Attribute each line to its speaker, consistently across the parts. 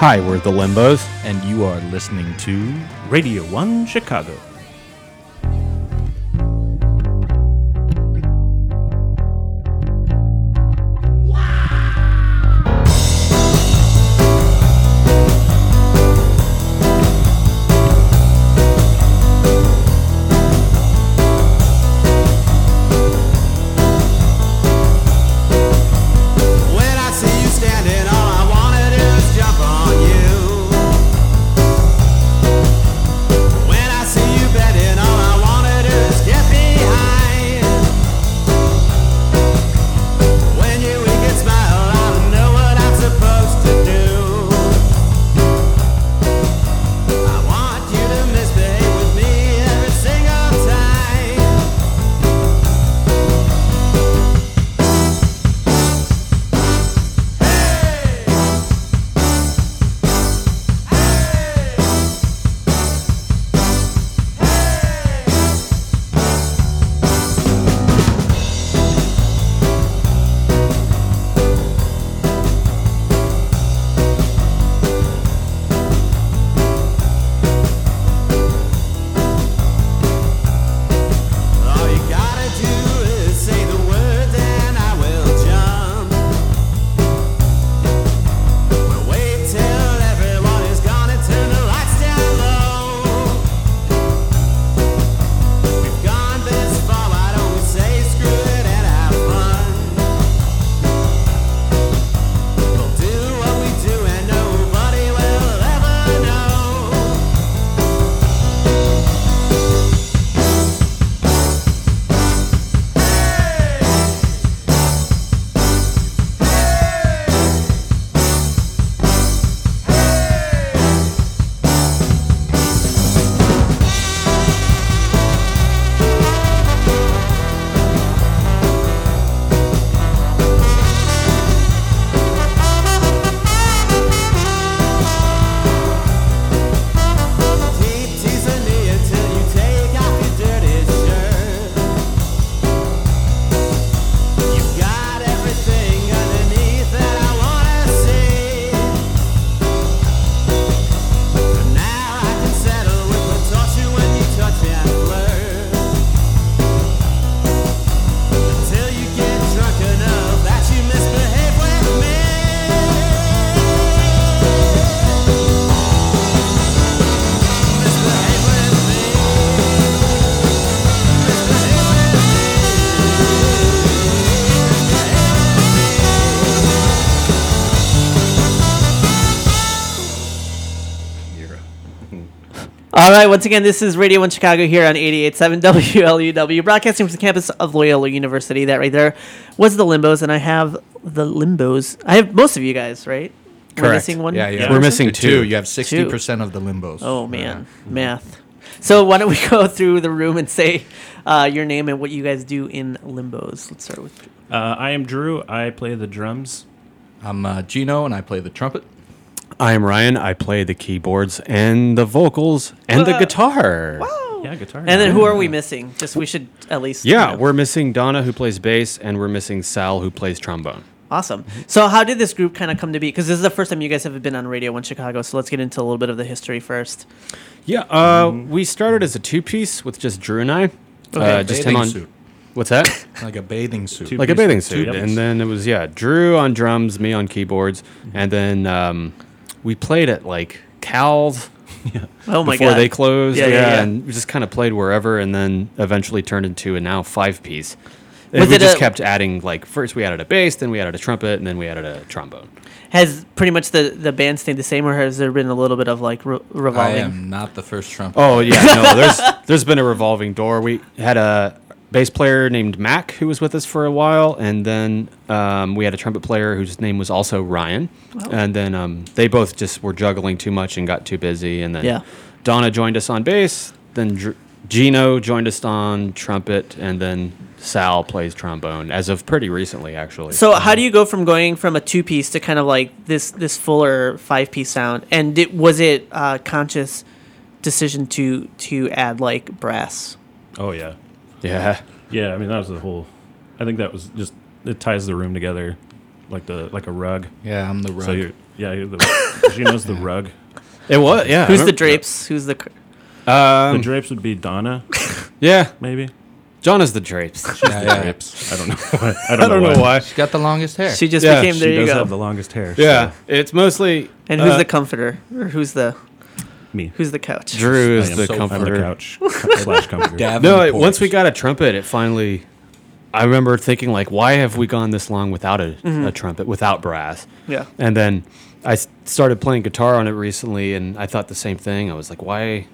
Speaker 1: Hi, we're the Limbos.
Speaker 2: and you are listening to Radio 1 Chicago.
Speaker 3: When I see you standing, all I wanna do is jump on you. When I see you bending, all I wanna do is get behind. When you wink and smile, I don't know what I'm supposed to do. I want you to misbehave with me every single time. All you gotta do is say the word, then I will jump. But wait till everyone is gone and turn the lights down low. We've gone this far, why don't we say screw it and have fun? We'll do what we do and nobody will ever know. Keep teasing me until you take off your dirty shirt. You've got everything underneath that I wanna see. But now I can settle with the torture when you touch and flirt. Until you get drunk enough that you misbehave with me. Misbehave with me.
Speaker 4: All right, once again, this is Radio 1 Chicago here on 88.7 WLUW, broadcasting from the campus of Loyola University. That right there was the Limbos, and I have the Limbos. I have most of you guys, right? Am I
Speaker 1: Correct.
Speaker 4: missing one?
Speaker 2: Yeah, yeah.
Speaker 1: We're missing two.
Speaker 5: You have sixty percent of the limbos.
Speaker 4: Oh, man. Math. So why don't we go through the room and say uh, your name and what you guys do in Limbos. Let's start with
Speaker 2: Uh, I am Drew. I play the drums.
Speaker 5: I'm uh, Gino, and I play the trumpet.
Speaker 1: I'm Ryan. I play the keyboards and the vocals and the
Speaker 4: Wow.
Speaker 1: guitar.
Speaker 2: Yeah, guitar.
Speaker 4: And then who are we missing? Just we should at least. you
Speaker 1: Yeah,
Speaker 4: know.
Speaker 1: we're missing Donna, who plays bass, and we're missing Sal, who plays trombone.
Speaker 4: Awesome. So, how did this group kind of come to be? Because this is the first time you guys have been on Radio One Chicago. So let's get into a little bit of the history first.
Speaker 1: Yeah, uh, we started as a two piece with just Drew and I. Uh, just him
Speaker 5: Bathing
Speaker 1: on.
Speaker 5: suit.
Speaker 1: What's that?
Speaker 5: Like a bathing suit.
Speaker 2: Two-
Speaker 1: like a bathing
Speaker 2: Two
Speaker 1: suit.
Speaker 2: doubles.
Speaker 1: And then it was yeah, Drew on drums, me on keyboards, and then um, we played at like Cal's
Speaker 4: Oh my
Speaker 1: before
Speaker 4: god!
Speaker 1: they closed.
Speaker 4: Yeah, yeah, yeah.
Speaker 1: and we just kind of played wherever, and then eventually turned into a now five piece. And
Speaker 4: Was
Speaker 1: we
Speaker 4: it
Speaker 1: just
Speaker 4: a-
Speaker 1: kept adding like first we added a bass, then we added a trumpet, and then we added a trombone.
Speaker 4: Has pretty much the the band stayed the same, or has there been a little bit of like re-
Speaker 5: I
Speaker 4: revolving?
Speaker 5: am not the first trumpet.
Speaker 1: Oh yeah, no, there's there's been a revolving door. We had a bass player named Mac who was with us for a while, and then um, we had a trumpet player whose name was also Ryan, and then um, they both just were juggling too much and got too busy, and then
Speaker 4: Yeah.
Speaker 1: Donna joined us on bass, then Dr- Gino joined us on trumpet, and then Sal plays trombone as of pretty recently, actually.
Speaker 4: So, how do you go from going from a two piece to kind of like this this fuller five piece sound? And it, was it a conscious decision to to add like brass?
Speaker 2: Oh, yeah.
Speaker 1: yeah,
Speaker 2: Yeah, I mean, that was the whole. I think that was just. It ties the room together like the like a rug.
Speaker 5: Yeah, I'm the rug.
Speaker 2: So you're Yeah, the, Gino's the rug.
Speaker 1: It was yeah. I
Speaker 4: Who's the
Speaker 1: remember-
Speaker 4: drapes? Who's the? cr-
Speaker 2: The
Speaker 1: Um,
Speaker 2: drapes would be Donna,
Speaker 1: yeah,
Speaker 2: maybe.
Speaker 1: John is the drapes.
Speaker 5: Yeah, yeah.
Speaker 2: I don't know. Why. I don't, know, why.
Speaker 5: She's got the longest hair.
Speaker 4: She just
Speaker 1: Yeah,
Speaker 4: became.
Speaker 1: she
Speaker 4: There
Speaker 2: She
Speaker 4: you
Speaker 2: does
Speaker 4: go.
Speaker 2: have the longest hair.
Speaker 1: Yeah,
Speaker 2: so
Speaker 1: it's mostly
Speaker 4: and who's
Speaker 1: uh,
Speaker 4: the comforter? Or who's the?
Speaker 2: me.
Speaker 4: Who's the couch?
Speaker 1: Drew
Speaker 5: I
Speaker 1: is
Speaker 5: am
Speaker 1: the
Speaker 5: so fond of
Speaker 2: I'm the
Speaker 1: comforter.
Speaker 2: couch slash comforter.
Speaker 1: Oh, No, it- once we got a trumpet, it finally. I remember thinking like, why have we gone this long without a, a trumpet, without brass?
Speaker 4: Yeah.
Speaker 1: And then I s- started playing guitar on it recently, and I thought the same thing. I was like, why,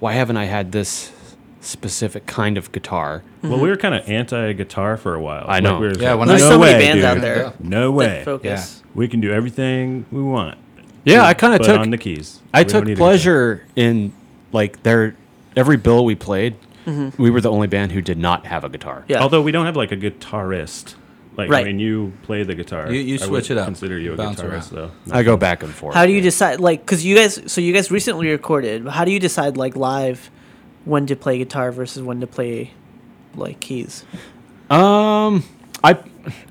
Speaker 1: why haven't I had this specific kind of guitar?
Speaker 2: Well, we were kind of anti-guitar for a while.
Speaker 1: I know.
Speaker 2: we were
Speaker 5: Yeah, when
Speaker 2: no
Speaker 5: I-
Speaker 4: There's so many
Speaker 2: way,
Speaker 4: bands
Speaker 2: dude.
Speaker 4: out there.
Speaker 2: No
Speaker 4: that
Speaker 2: way.
Speaker 4: Focus.
Speaker 2: We can do everything we want.
Speaker 1: Yeah, I kind
Speaker 2: But
Speaker 1: of took
Speaker 2: on the keys.
Speaker 1: I
Speaker 2: We don't need
Speaker 1: took
Speaker 2: a guitar.
Speaker 1: pleasure in like their every bill we played. We were the only band who did not have a guitar.
Speaker 4: Yeah.
Speaker 2: Although we don't have like a guitarist. Like
Speaker 4: Right.
Speaker 2: I mean, you play the guitar.
Speaker 5: You- you
Speaker 2: I
Speaker 5: switch
Speaker 2: would
Speaker 5: it up.
Speaker 2: Consider you a
Speaker 5: Bounce
Speaker 2: guitarist
Speaker 5: around.
Speaker 2: though.
Speaker 1: I go back and forth.
Speaker 4: How do you decide? Like, because you guys, so you guys recently recorded. but How do you decide, like, live, when to play guitar versus when to play, like, keys?
Speaker 1: Um, I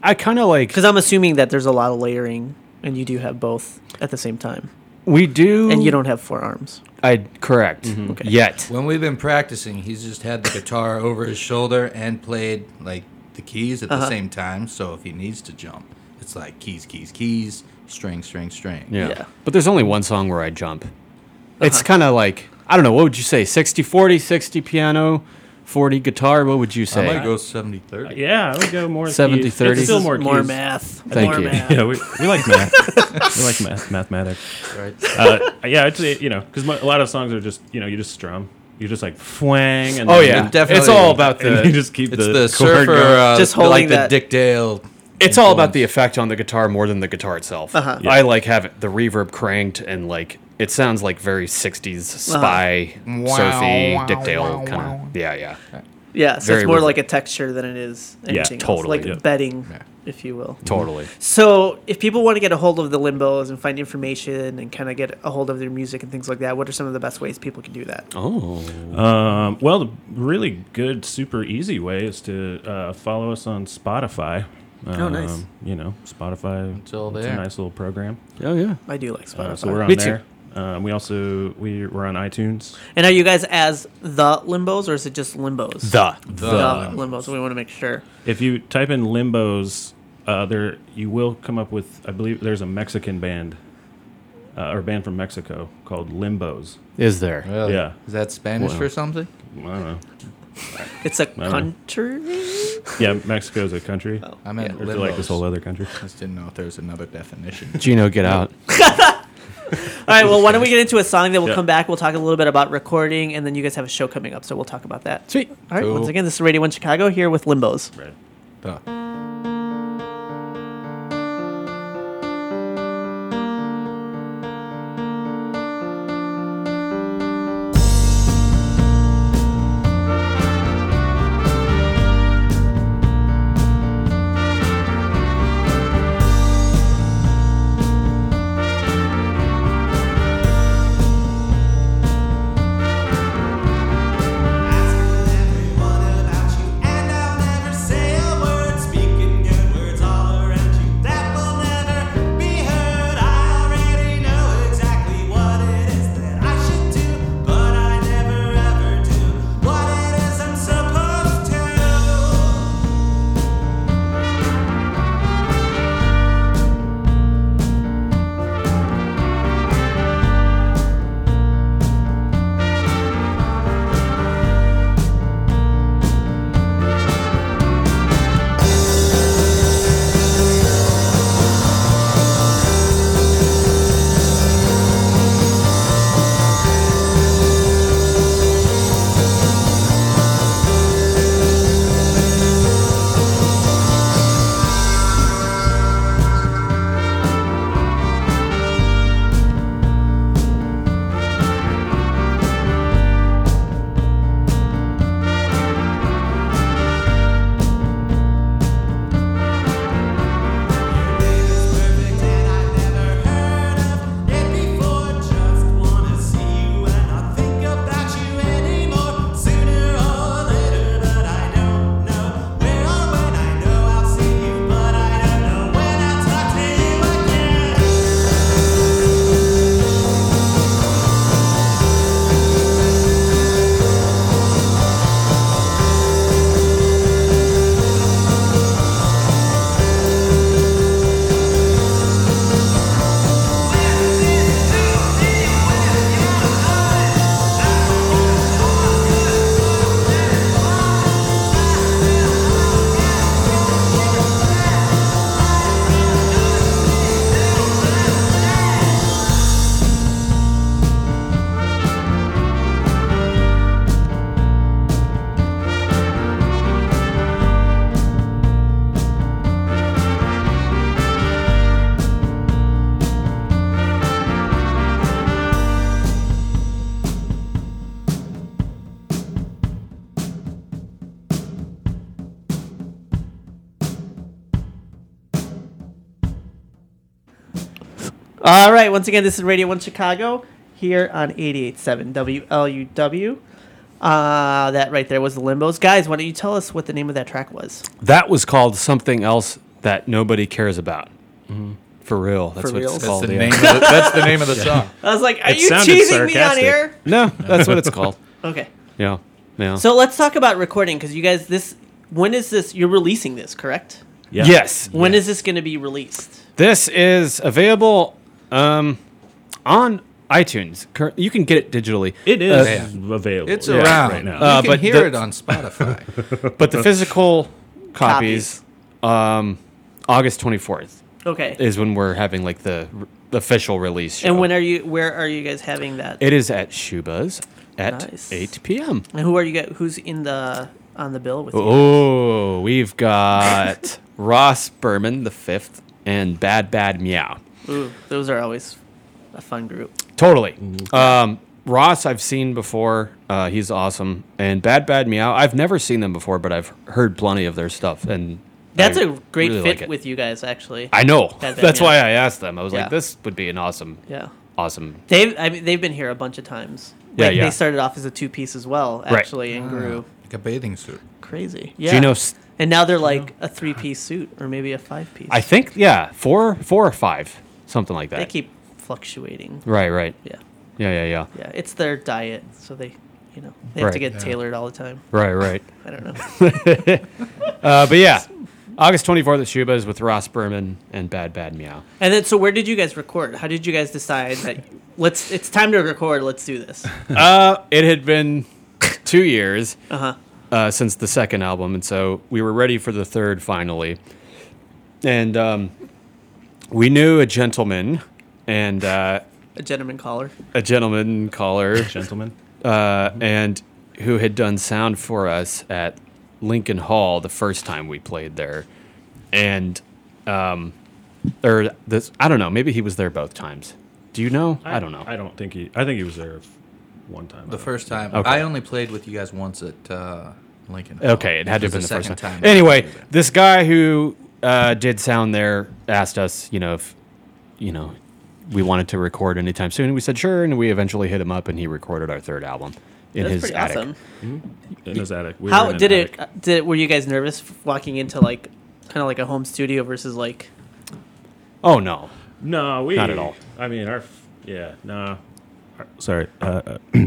Speaker 1: I kind of like
Speaker 4: Because I'm assuming that there's a lot of layering, and you do have both at the same time,
Speaker 1: we do,
Speaker 4: and you don't Mm-hmm. have four arms.
Speaker 1: I correct
Speaker 4: Okay.
Speaker 1: yet.
Speaker 5: When we've been practicing, he's just had the guitar over his shoulder and played like the keys at
Speaker 4: Uh-huh.
Speaker 5: the same time. So if he needs to jump, it's like keys, keys, keys, string, string, string.
Speaker 1: Yeah.
Speaker 4: Yeah. Uh-huh.
Speaker 1: But there's only one song where I jump. It's kind of like, I don't know, what would you say? 60 40, 60 piano, 40 guitar? What would you
Speaker 5: I
Speaker 1: say?
Speaker 5: might go 70 30.
Speaker 2: Yeah, I would go more
Speaker 1: 70,
Speaker 2: keys. It's
Speaker 1: 30.
Speaker 2: Still
Speaker 1: This
Speaker 2: more
Speaker 4: More, more
Speaker 2: keys.
Speaker 4: math.
Speaker 1: Thank
Speaker 4: more
Speaker 1: you.
Speaker 4: Math.
Speaker 2: Yeah, we, we like math. we like math, mathematics.
Speaker 5: Right?
Speaker 2: Uh, yeah, I'd say you know because a lot of songs are just you know you just strum. You just like fwang and
Speaker 1: oh,
Speaker 2: then-
Speaker 1: yeah.
Speaker 5: definitely-
Speaker 1: It's all about the.
Speaker 2: and you just keep
Speaker 5: It's the,
Speaker 2: chord
Speaker 5: surfer,
Speaker 2: going.
Speaker 5: uh,
Speaker 4: Just
Speaker 5: just
Speaker 4: holding
Speaker 5: like
Speaker 4: that-
Speaker 5: the Dick Dale.
Speaker 1: It's all about the
Speaker 5: influence.
Speaker 1: effect on the guitar more than the guitar itself.
Speaker 4: Uh-huh.
Speaker 1: I like have it, the reverb cranked and like it sounds like very 60s
Speaker 4: Uh-huh.
Speaker 1: spy,
Speaker 5: Wow,
Speaker 1: surfy,
Speaker 5: wow,
Speaker 1: Dick Dale
Speaker 5: wow,
Speaker 1: kind
Speaker 5: wow.
Speaker 1: of. Yeah, yeah.
Speaker 4: Yeah, so
Speaker 1: Very
Speaker 4: it's more
Speaker 1: rhythmic.
Speaker 4: like a texture than it is anything else,
Speaker 1: totally,
Speaker 4: like
Speaker 1: yeah.
Speaker 4: bedding,
Speaker 5: Yeah.
Speaker 4: if you will.
Speaker 1: Totally.
Speaker 4: So, if people want to get a hold of the Limbos and find information and kind of get a hold of their music and things like that, what are some of the best ways people can do that?
Speaker 1: Oh.
Speaker 2: Um, well, the really good, super easy way is to uh, follow us on Spotify. Um,
Speaker 4: Oh, nice.
Speaker 2: You know, Spotify.
Speaker 5: It's all
Speaker 2: It's a
Speaker 5: there.
Speaker 2: nice little program.
Speaker 1: Oh, yeah.
Speaker 4: I do like Spotify.
Speaker 2: Uh, so we're on
Speaker 1: Me too.
Speaker 2: there. Um, we also we we're on iTunes.
Speaker 4: and are you guys as the Limbos or is it just Limbos?
Speaker 1: The.
Speaker 4: The Limbos. We want to make sure.
Speaker 2: If you type in Limbos, uh, there you will come up with I believe there's a Mexican band uh, or a band from Mexico called Limbos.
Speaker 1: Is there.
Speaker 5: Really?
Speaker 2: Yeah.
Speaker 5: Is that Spanish
Speaker 2: Wow.
Speaker 5: for something?
Speaker 2: I don't know.
Speaker 4: It's a
Speaker 2: know.
Speaker 4: country.
Speaker 2: Yeah, Mexico's a country. Oh.
Speaker 5: I meant
Speaker 2: Or
Speaker 5: limbos.
Speaker 2: like this whole other country.
Speaker 5: I just didn't know if there was another definition.
Speaker 1: Gino, get out.
Speaker 4: All right. Well, why don't we get into a song? Then we'll
Speaker 2: Yeah.
Speaker 4: come back. We'll talk a little bit about recording, and then you guys have a show coming up, so we'll talk about that.
Speaker 1: Sweet.
Speaker 4: All right.
Speaker 5: Cool.
Speaker 4: Once again, this is Radio One Chicago here with Limbos.
Speaker 2: Right.
Speaker 5: Duh.
Speaker 3: Ask everyone about you, and I'll never say a word. Speak
Speaker 4: All right. Once again, this is Radio 1 Chicago here on 88.7 WLUW. Uh, that right there was the Limbos. Guys, why don't you tell us what the name of that track was?
Speaker 1: That was called something else that nobody cares about.
Speaker 5: Mm-hmm.
Speaker 1: For real, that's
Speaker 4: For
Speaker 1: what
Speaker 4: reals?
Speaker 1: it's
Speaker 4: That's
Speaker 5: That's
Speaker 1: called.
Speaker 5: the,
Speaker 1: yeah.
Speaker 5: name of the, that's the name of the song.
Speaker 4: I was like, are
Speaker 2: It
Speaker 4: you
Speaker 2: sounded
Speaker 4: teasing me on
Speaker 2: sarcastic.
Speaker 4: air?
Speaker 1: No, that's what it's called.
Speaker 4: Okay.
Speaker 1: Yeah, yeah.
Speaker 4: So let's talk about recording because you guys, this, when is this? You're releasing this, correct?
Speaker 2: Yeah.
Speaker 1: Yes,
Speaker 4: When is this going to be released?
Speaker 1: This is available um, on iTunes. Cur- You can get it digitally.
Speaker 2: It is
Speaker 1: Uh,
Speaker 5: Yeah.
Speaker 2: available.
Speaker 5: It's
Speaker 2: yeah,
Speaker 5: around.
Speaker 2: right now.
Speaker 5: You
Speaker 1: Uh,
Speaker 5: can
Speaker 1: but
Speaker 5: hear
Speaker 1: the-
Speaker 5: it on Spotify.
Speaker 1: but the physical copies, um, August 24th
Speaker 4: Okay.
Speaker 1: is when we're having like the r- official release show.
Speaker 4: and when are you? Where are you guys having that?
Speaker 1: it is at Shuba's at
Speaker 4: Nice.
Speaker 1: 8 p.m.
Speaker 4: and who are you? Guys, who's in the on the bill with you?
Speaker 1: Oh, we've got Ross Berman the fifth and Bad Bad Meow.
Speaker 4: Ooh, those are always a fun group.
Speaker 1: Totally. Um, Ross, I've seen before. Uh, he's awesome. And Bad Bad Meow, I've never seen them before, but I've heard plenty of their stuff. And
Speaker 4: That's
Speaker 1: a
Speaker 4: a great fit with you guys, actually.
Speaker 1: I know.
Speaker 4: Bad Bad
Speaker 1: That's
Speaker 4: Meow.
Speaker 1: why I asked them. I was
Speaker 4: Yeah.
Speaker 1: like, this would be an awesome,
Speaker 4: yeah,
Speaker 1: awesome.
Speaker 4: they've I mean, they've been here a bunch of times.
Speaker 1: Yeah,
Speaker 4: Like,
Speaker 1: yeah.
Speaker 4: They started off as a two piece as well,
Speaker 1: Right.
Speaker 4: actually,
Speaker 2: Ah.
Speaker 4: and grew
Speaker 5: like a bathing suit.
Speaker 4: crazy. Yeah,
Speaker 1: Gino, s-
Speaker 4: and now they're like a three piece suit or maybe a five piece.
Speaker 1: I think, yeah, four, four or five, something like that.
Speaker 4: they keep fluctuating.
Speaker 1: right, right.
Speaker 4: Yeah,
Speaker 1: Yeah, yeah, yeah.
Speaker 4: yeah, it's their diet, so they you know they have to
Speaker 1: Right.
Speaker 4: get
Speaker 1: Yeah.
Speaker 4: tailored all the time.
Speaker 1: Right, right.
Speaker 4: I don't know.
Speaker 1: Uh, but yeah, August 24th at Shuba's with Ross Berman and Bad Bad Meow.
Speaker 4: And then, so where did you guys record? How did you guys decide that let's? It's time to record. Let's do this.
Speaker 1: Uh, it had been two years.
Speaker 4: Uh huh.
Speaker 1: uh, since the second album, and so we were ready for the third finally. And um, we knew a gentleman and uh,
Speaker 4: A gentleman caller.
Speaker 1: a gentleman caller,
Speaker 2: Gentlemen.
Speaker 1: uh, and who had done sound for us at Lincoln Hall the first time we played there, and um, or this I don't know, maybe he was there both times. Do you know? I, don't know.
Speaker 2: I don't think he. I think he was there one time. I
Speaker 5: The
Speaker 2: don't-
Speaker 5: first time.
Speaker 1: Okay.
Speaker 5: I only played with you guys once at uh, Lincoln.
Speaker 1: Okay, it had to have
Speaker 5: This
Speaker 1: been the
Speaker 5: is
Speaker 1: first
Speaker 5: second
Speaker 1: time.
Speaker 5: that I
Speaker 1: Anyway,
Speaker 5: played there.
Speaker 1: this guy who uh, did sound there asked us, you know, if you know we wanted to record anytime soon, and we said sure, and we eventually hit him up, and he recorded our third album in
Speaker 4: That's
Speaker 1: his
Speaker 4: pretty
Speaker 1: attic.
Speaker 4: awesome.
Speaker 2: in his attic. We were
Speaker 4: How
Speaker 2: in an
Speaker 4: did it?
Speaker 2: attic.
Speaker 4: uh, Did were you guys nervous f- walking into like kind of like a home studio versus like?
Speaker 1: Oh no,
Speaker 2: No, we
Speaker 1: Not at all.
Speaker 2: I mean, our f- yeah, no. Our- Sorry, uh,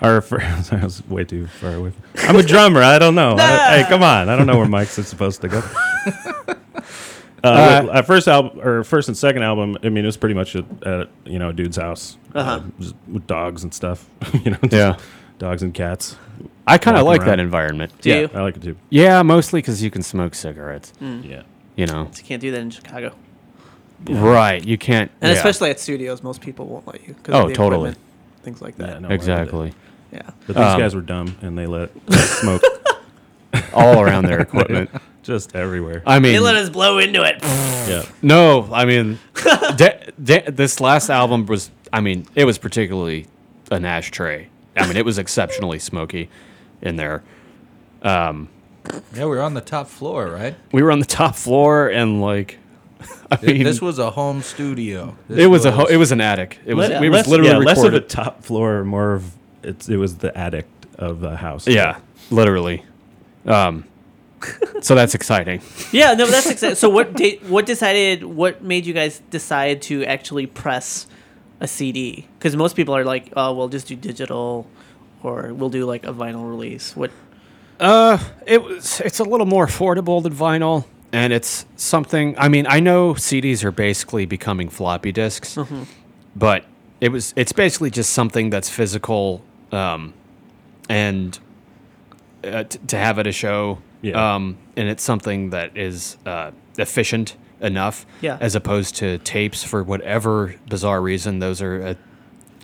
Speaker 2: our first, I was way too far away. I'm a drummer. I don't know. I- hey, come on. I don't know where mics are supposed to go. Uh, with- our first album, or first and second album. I mean, it was pretty much at, at you know a dude's house, uh,
Speaker 4: Uh-huh.
Speaker 2: just with dogs and stuff. you know, just
Speaker 1: Yeah.
Speaker 2: dogs and cats.
Speaker 1: I kind of
Speaker 2: Walking
Speaker 1: like that
Speaker 2: around.
Speaker 1: environment.
Speaker 4: Do
Speaker 2: yeah,
Speaker 4: you?
Speaker 2: I like it too.
Speaker 1: Yeah, mostly because you can smoke cigarettes.
Speaker 4: Mm.
Speaker 2: Yeah,
Speaker 1: You know,
Speaker 4: You can't do that in Chicago,
Speaker 1: right? You can't,
Speaker 4: and
Speaker 1: yeah,
Speaker 4: especially at studios, most people won't let you. 'cause
Speaker 1: Oh,
Speaker 4: of the
Speaker 1: totally.
Speaker 4: equipment, Things like
Speaker 2: yeah,
Speaker 4: that.
Speaker 2: no, I did it.
Speaker 1: exactly
Speaker 4: Yeah.
Speaker 2: But these
Speaker 1: Um,
Speaker 2: guys were dumb, and they let smoke
Speaker 1: all around their equipment.
Speaker 2: just everywhere.
Speaker 1: I mean,
Speaker 4: They let us blow into it.
Speaker 2: yeah.
Speaker 1: No, I mean, de- de- this last album was, I mean, it was particularly an ashtray. I mean, it was exceptionally smoky in there.
Speaker 5: Yeah, we were on the top floor, right?
Speaker 1: We were on the top floor, and like, I
Speaker 5: Th-
Speaker 1: mean,
Speaker 5: this was a home studio. This
Speaker 1: it was a ho- it was an attic. It was
Speaker 2: Let-
Speaker 1: we was
Speaker 2: less-
Speaker 1: literally
Speaker 2: yeah, less of a
Speaker 1: recorded.
Speaker 2: top floor, more of it's, it was the attic of the house.
Speaker 1: yeah, literally. Um, so that's exciting.
Speaker 4: yeah. No, that's exciting. So what? Did, what decided? What made you guys decide to actually press a CD? Because most people are like, oh, we'll just do digital, or we'll do like a vinyl release. What?
Speaker 1: Uh, it was. It's a little more affordable than vinyl, and it's something. I mean, I know CDs are basically becoming floppy disks,
Speaker 4: Mm-hmm.
Speaker 1: but it was. It's basically just something that's physical, um, and uh, t- to have at a show.
Speaker 2: Yeah.
Speaker 1: Um, and it's something that is uh, efficient enough,
Speaker 4: Yeah.
Speaker 1: as opposed to tapes for whatever bizarre reason those are uh,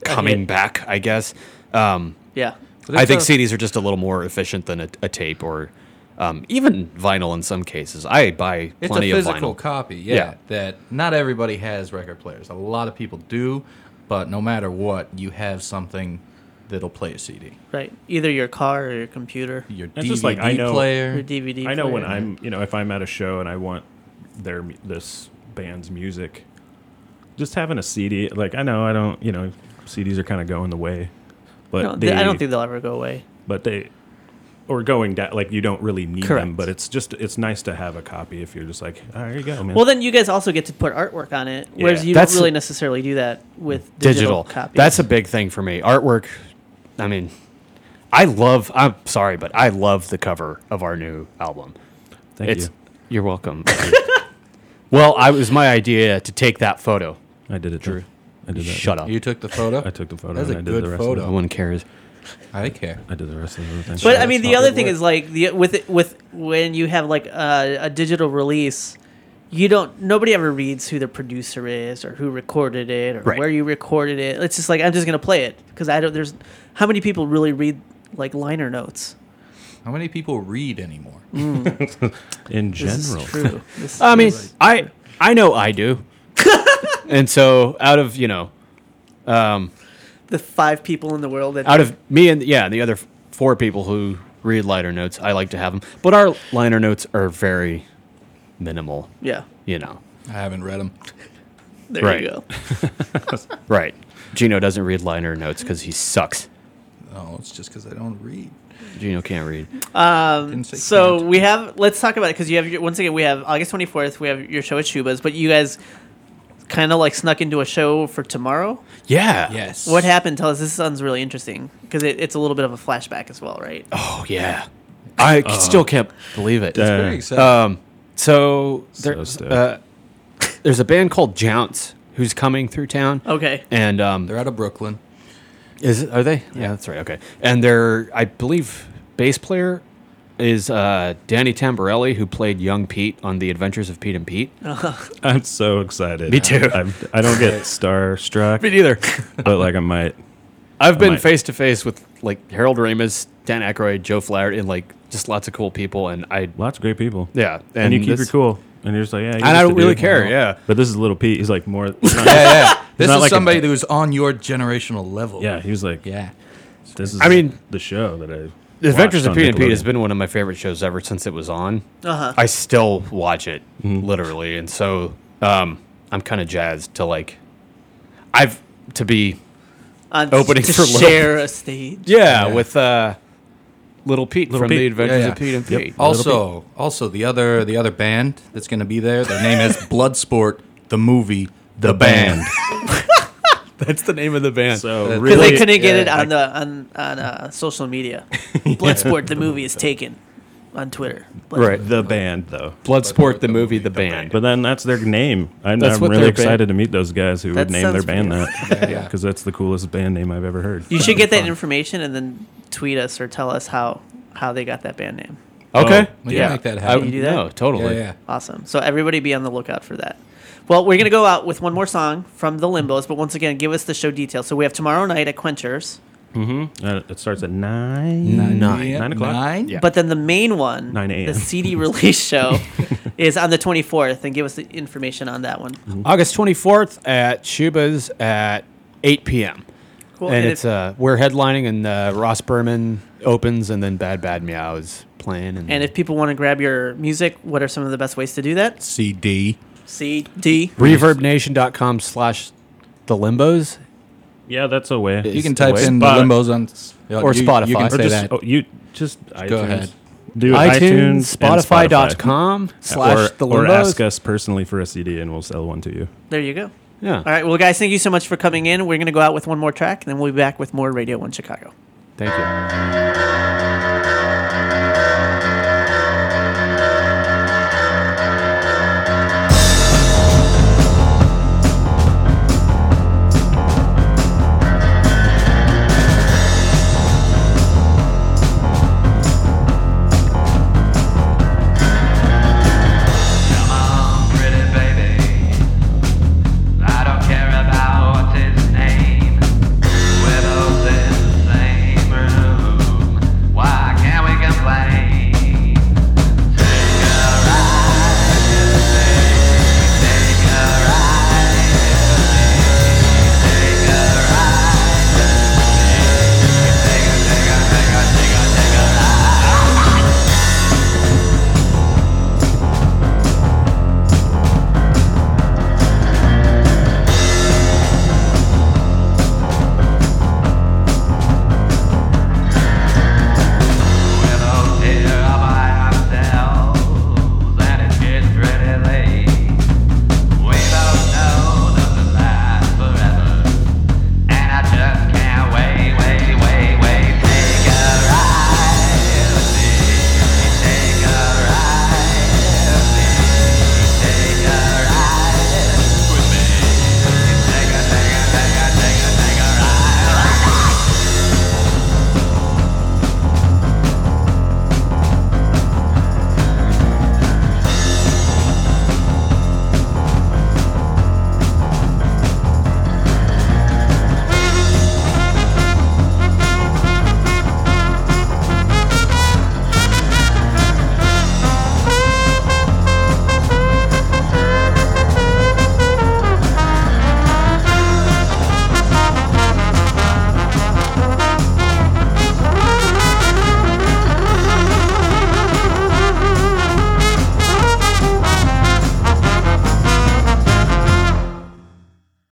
Speaker 1: coming
Speaker 4: hit.
Speaker 1: back. I guess. Um,
Speaker 4: Yeah.
Speaker 1: I think
Speaker 5: a-
Speaker 1: CDs are just a little more efficient than a, a tape or um, even vinyl in some cases. I buy
Speaker 5: It's a
Speaker 1: plenty of
Speaker 5: physical
Speaker 1: vinyl.
Speaker 5: copy, yeah,
Speaker 1: Yeah.
Speaker 5: That not everybody has record players. A lot of people do, but no matter what, you have something that'll play a CD.
Speaker 4: Right. Either your car or your computer.
Speaker 5: Your DVD
Speaker 2: It's just like I know-
Speaker 4: Your
Speaker 5: player.
Speaker 4: DVD.
Speaker 2: I know when
Speaker 4: player.
Speaker 2: I'm, you know, if I'm at a show and I want their mu- this band's music, just having a CD. Like I know I don't, you know, CDs are kind of going the way, but
Speaker 3: No,
Speaker 2: they,
Speaker 3: th- I don't think they'll ever go away.
Speaker 2: but they or going down like you don't really need them
Speaker 3: Correct.
Speaker 2: but it's just it's nice to have a copy if you're just like all right, here you go man
Speaker 3: Well, then you guys also get to put artwork on it, whereas
Speaker 2: Yeah.
Speaker 3: you
Speaker 1: That's-
Speaker 3: don't really necessarily do that with digital,
Speaker 1: digital.
Speaker 3: copies.
Speaker 1: That's a big thing for me. Artwork. I mean, I love. I'm sorry, but I love the cover of our new album.
Speaker 2: thank you
Speaker 1: are welcome. well, I, it was my idea to take that photo.
Speaker 2: i did it true i did that
Speaker 1: Shut up.
Speaker 5: You took the photo.
Speaker 2: i took the photo
Speaker 5: That's
Speaker 2: and
Speaker 5: a
Speaker 2: i did
Speaker 5: good
Speaker 2: the rest
Speaker 5: photo.
Speaker 2: of
Speaker 1: No one cares.
Speaker 5: the. I care.
Speaker 2: the, i did the rest of the other thing
Speaker 3: But
Speaker 5: Yeah,
Speaker 3: I mean,
Speaker 5: that's
Speaker 3: the
Speaker 5: how
Speaker 3: other
Speaker 5: they
Speaker 3: thing
Speaker 5: work.
Speaker 3: is like the with it, with when you have like a, a digital release, you don't nobody ever reads who the producer is or who recorded it or
Speaker 1: Right.
Speaker 3: where you recorded it. It's just like I'm just gonna play it because I don't. There's how many people really read like liner notes.
Speaker 5: How many people read anymore?
Speaker 2: in
Speaker 3: This is
Speaker 2: general
Speaker 3: true. This is
Speaker 1: I mean,
Speaker 3: true.
Speaker 1: I I know I do. and so, out of you know, um,
Speaker 3: the five people in the world that
Speaker 1: out of me and yeah, and the other f- four people who read liner notes, I like to have them. But our liner notes are very minimal.
Speaker 3: yeah.
Speaker 1: You know.
Speaker 5: I haven't read them.
Speaker 3: There
Speaker 1: Right.
Speaker 3: you go.
Speaker 1: Right. Gino doesn't read liner notes because he sucks.
Speaker 5: No, Oh, it's just because I don't read.
Speaker 1: Gino can't read.
Speaker 5: Didn't say
Speaker 3: So
Speaker 5: can't.
Speaker 3: we have. Let's talk about it because you have your, once again we have August twenty fourth. We have your show at Shuba's, but you guys kind of like snuck into a show for tomorrow.
Speaker 1: Yeah.
Speaker 5: yes.
Speaker 3: What happened? Tell us. This sounds really interesting because it, it's a little bit of a flashback as well, right?
Speaker 1: Oh yeah. Uh, I still can't believe it.
Speaker 2: Uh,
Speaker 5: Very exciting.
Speaker 1: Um, so
Speaker 2: So
Speaker 1: there's
Speaker 2: stoked.
Speaker 1: uh, there's a band called Jounce who's coming through town.
Speaker 3: Okay.
Speaker 1: And um,
Speaker 5: They're out of Brooklyn.
Speaker 1: Is it, are they? Yeah. that's right. Okay, and their I believe bass player is uh, Danny Tamborelli, who played Young Pete on The Adventures of Pete and Pete.
Speaker 2: i'm so excited
Speaker 1: Me too.
Speaker 2: I'm, i don't get starstruck
Speaker 1: neither.
Speaker 2: but like i might
Speaker 1: I've been
Speaker 2: might.
Speaker 1: face to face with like Harold Ramis, Dan Aykroyd, Joe Flaherty, and like just lots of cool people, and I
Speaker 2: lots of great people
Speaker 1: yeah,
Speaker 2: and, you keep
Speaker 1: this-
Speaker 2: your cool and you're just like yeah
Speaker 1: And I don't really care. Yeah,
Speaker 2: but this is little pete he's like more
Speaker 5: Yeah, yeah. This
Speaker 2: not
Speaker 5: is
Speaker 2: like a-
Speaker 5: somebody who's on your generational level.
Speaker 2: yeah he was like
Speaker 5: Yeah.
Speaker 2: this is
Speaker 1: I mean,
Speaker 2: the show that i
Speaker 1: The
Speaker 2: watched
Speaker 1: Adventures of
Speaker 2: on
Speaker 1: Pete and Pete
Speaker 2: Nickelodeon.
Speaker 1: has been one of my favorite shows ever since it was on.
Speaker 3: Uh-huh.
Speaker 1: I still watch it literally, and so um, I'm kind of jazzed to like. I've to be
Speaker 3: On
Speaker 1: Opening
Speaker 3: to
Speaker 1: for Lil-
Speaker 3: share a stage.
Speaker 1: Yeah,
Speaker 5: Yeah.
Speaker 1: with uh, Little Pete from
Speaker 2: Pete.
Speaker 1: the Adventures
Speaker 5: Yeah, yeah.
Speaker 1: of Pete and
Speaker 2: Yep.
Speaker 1: Pete.
Speaker 5: Also, also the other the other band that's going to be there. Their name is Bloodsport. The movie, the, band.
Speaker 1: That's the name of the band.
Speaker 2: so
Speaker 5: Because
Speaker 2: really
Speaker 3: Because they couldn't get
Speaker 5: yeah,
Speaker 3: it on the on on uh, social media. Bloodsport the movie is taken on Twitter. Bloodsport.
Speaker 1: right,
Speaker 2: the band though
Speaker 1: Bloodsport the movie, the band.
Speaker 2: But then that's their name. I'm,
Speaker 1: That's
Speaker 2: I'm
Speaker 1: what
Speaker 2: really
Speaker 1: their band-
Speaker 2: excited to meet those guys who
Speaker 3: That
Speaker 2: would name their
Speaker 3: sounds
Speaker 2: band
Speaker 3: familiar.
Speaker 2: that.
Speaker 5: yeah.
Speaker 2: Because that's the coolest band name I've ever heard.
Speaker 3: You should get that information and then tweet us or tell us how how they got that band name.
Speaker 1: okay,
Speaker 5: We can make that happen.
Speaker 3: You do that?
Speaker 1: No, totally.
Speaker 5: Yeah, yeah.
Speaker 3: Awesome. So everybody be on the lookout for that. Well, we're gonna go out with one more song from the Limbos, but once again, give us the show details. So we have tomorrow night at Quenchers,
Speaker 2: Uh, it starts at nine.
Speaker 1: Nine.
Speaker 2: Nine o'clock?
Speaker 5: Nine?
Speaker 1: Yeah.
Speaker 3: But then the main one,
Speaker 2: 9 a.m..
Speaker 3: the CD release show, is on the 24th, and give us the information on that one.
Speaker 1: August 24th at Shuba's at 8 p.m.
Speaker 3: Cool.
Speaker 1: and
Speaker 3: And
Speaker 1: it's
Speaker 3: if,
Speaker 1: uh, we're headlining, and uh, Ross Berman opens, and then Bad Bad Meow is playing, and,
Speaker 3: and if people want to grab your music, what are some of the best ways to do that?
Speaker 5: CD.
Speaker 3: CD.
Speaker 1: ReverbNation.com slash the Limbos.
Speaker 2: Yeah, that's a way.
Speaker 5: You
Speaker 1: Is
Speaker 5: can
Speaker 1: the
Speaker 5: type
Speaker 1: way-
Speaker 5: in
Speaker 2: Spot-
Speaker 5: the limbos on s- oh,
Speaker 1: Or
Speaker 5: you- You
Speaker 1: Spotify.
Speaker 5: can
Speaker 1: Or
Speaker 5: say
Speaker 2: or just
Speaker 5: that.
Speaker 2: oh, you just iTunes.
Speaker 5: Go ahead.
Speaker 2: Do
Speaker 1: iTunes,
Speaker 2: iTunes, and
Speaker 1: Spotify.com slash
Speaker 2: or,
Speaker 1: the
Speaker 2: or
Speaker 1: Limbos.
Speaker 2: ask us personally for a CD, and we'll sell one to you.
Speaker 3: There you go.
Speaker 1: Yeah.
Speaker 3: All right. Well, guys, thank you so much for coming in. We're going to go out with one more track, and then we'll be back with more Radio 1 Chicago.
Speaker 1: Thank you.
Speaker 6: Thank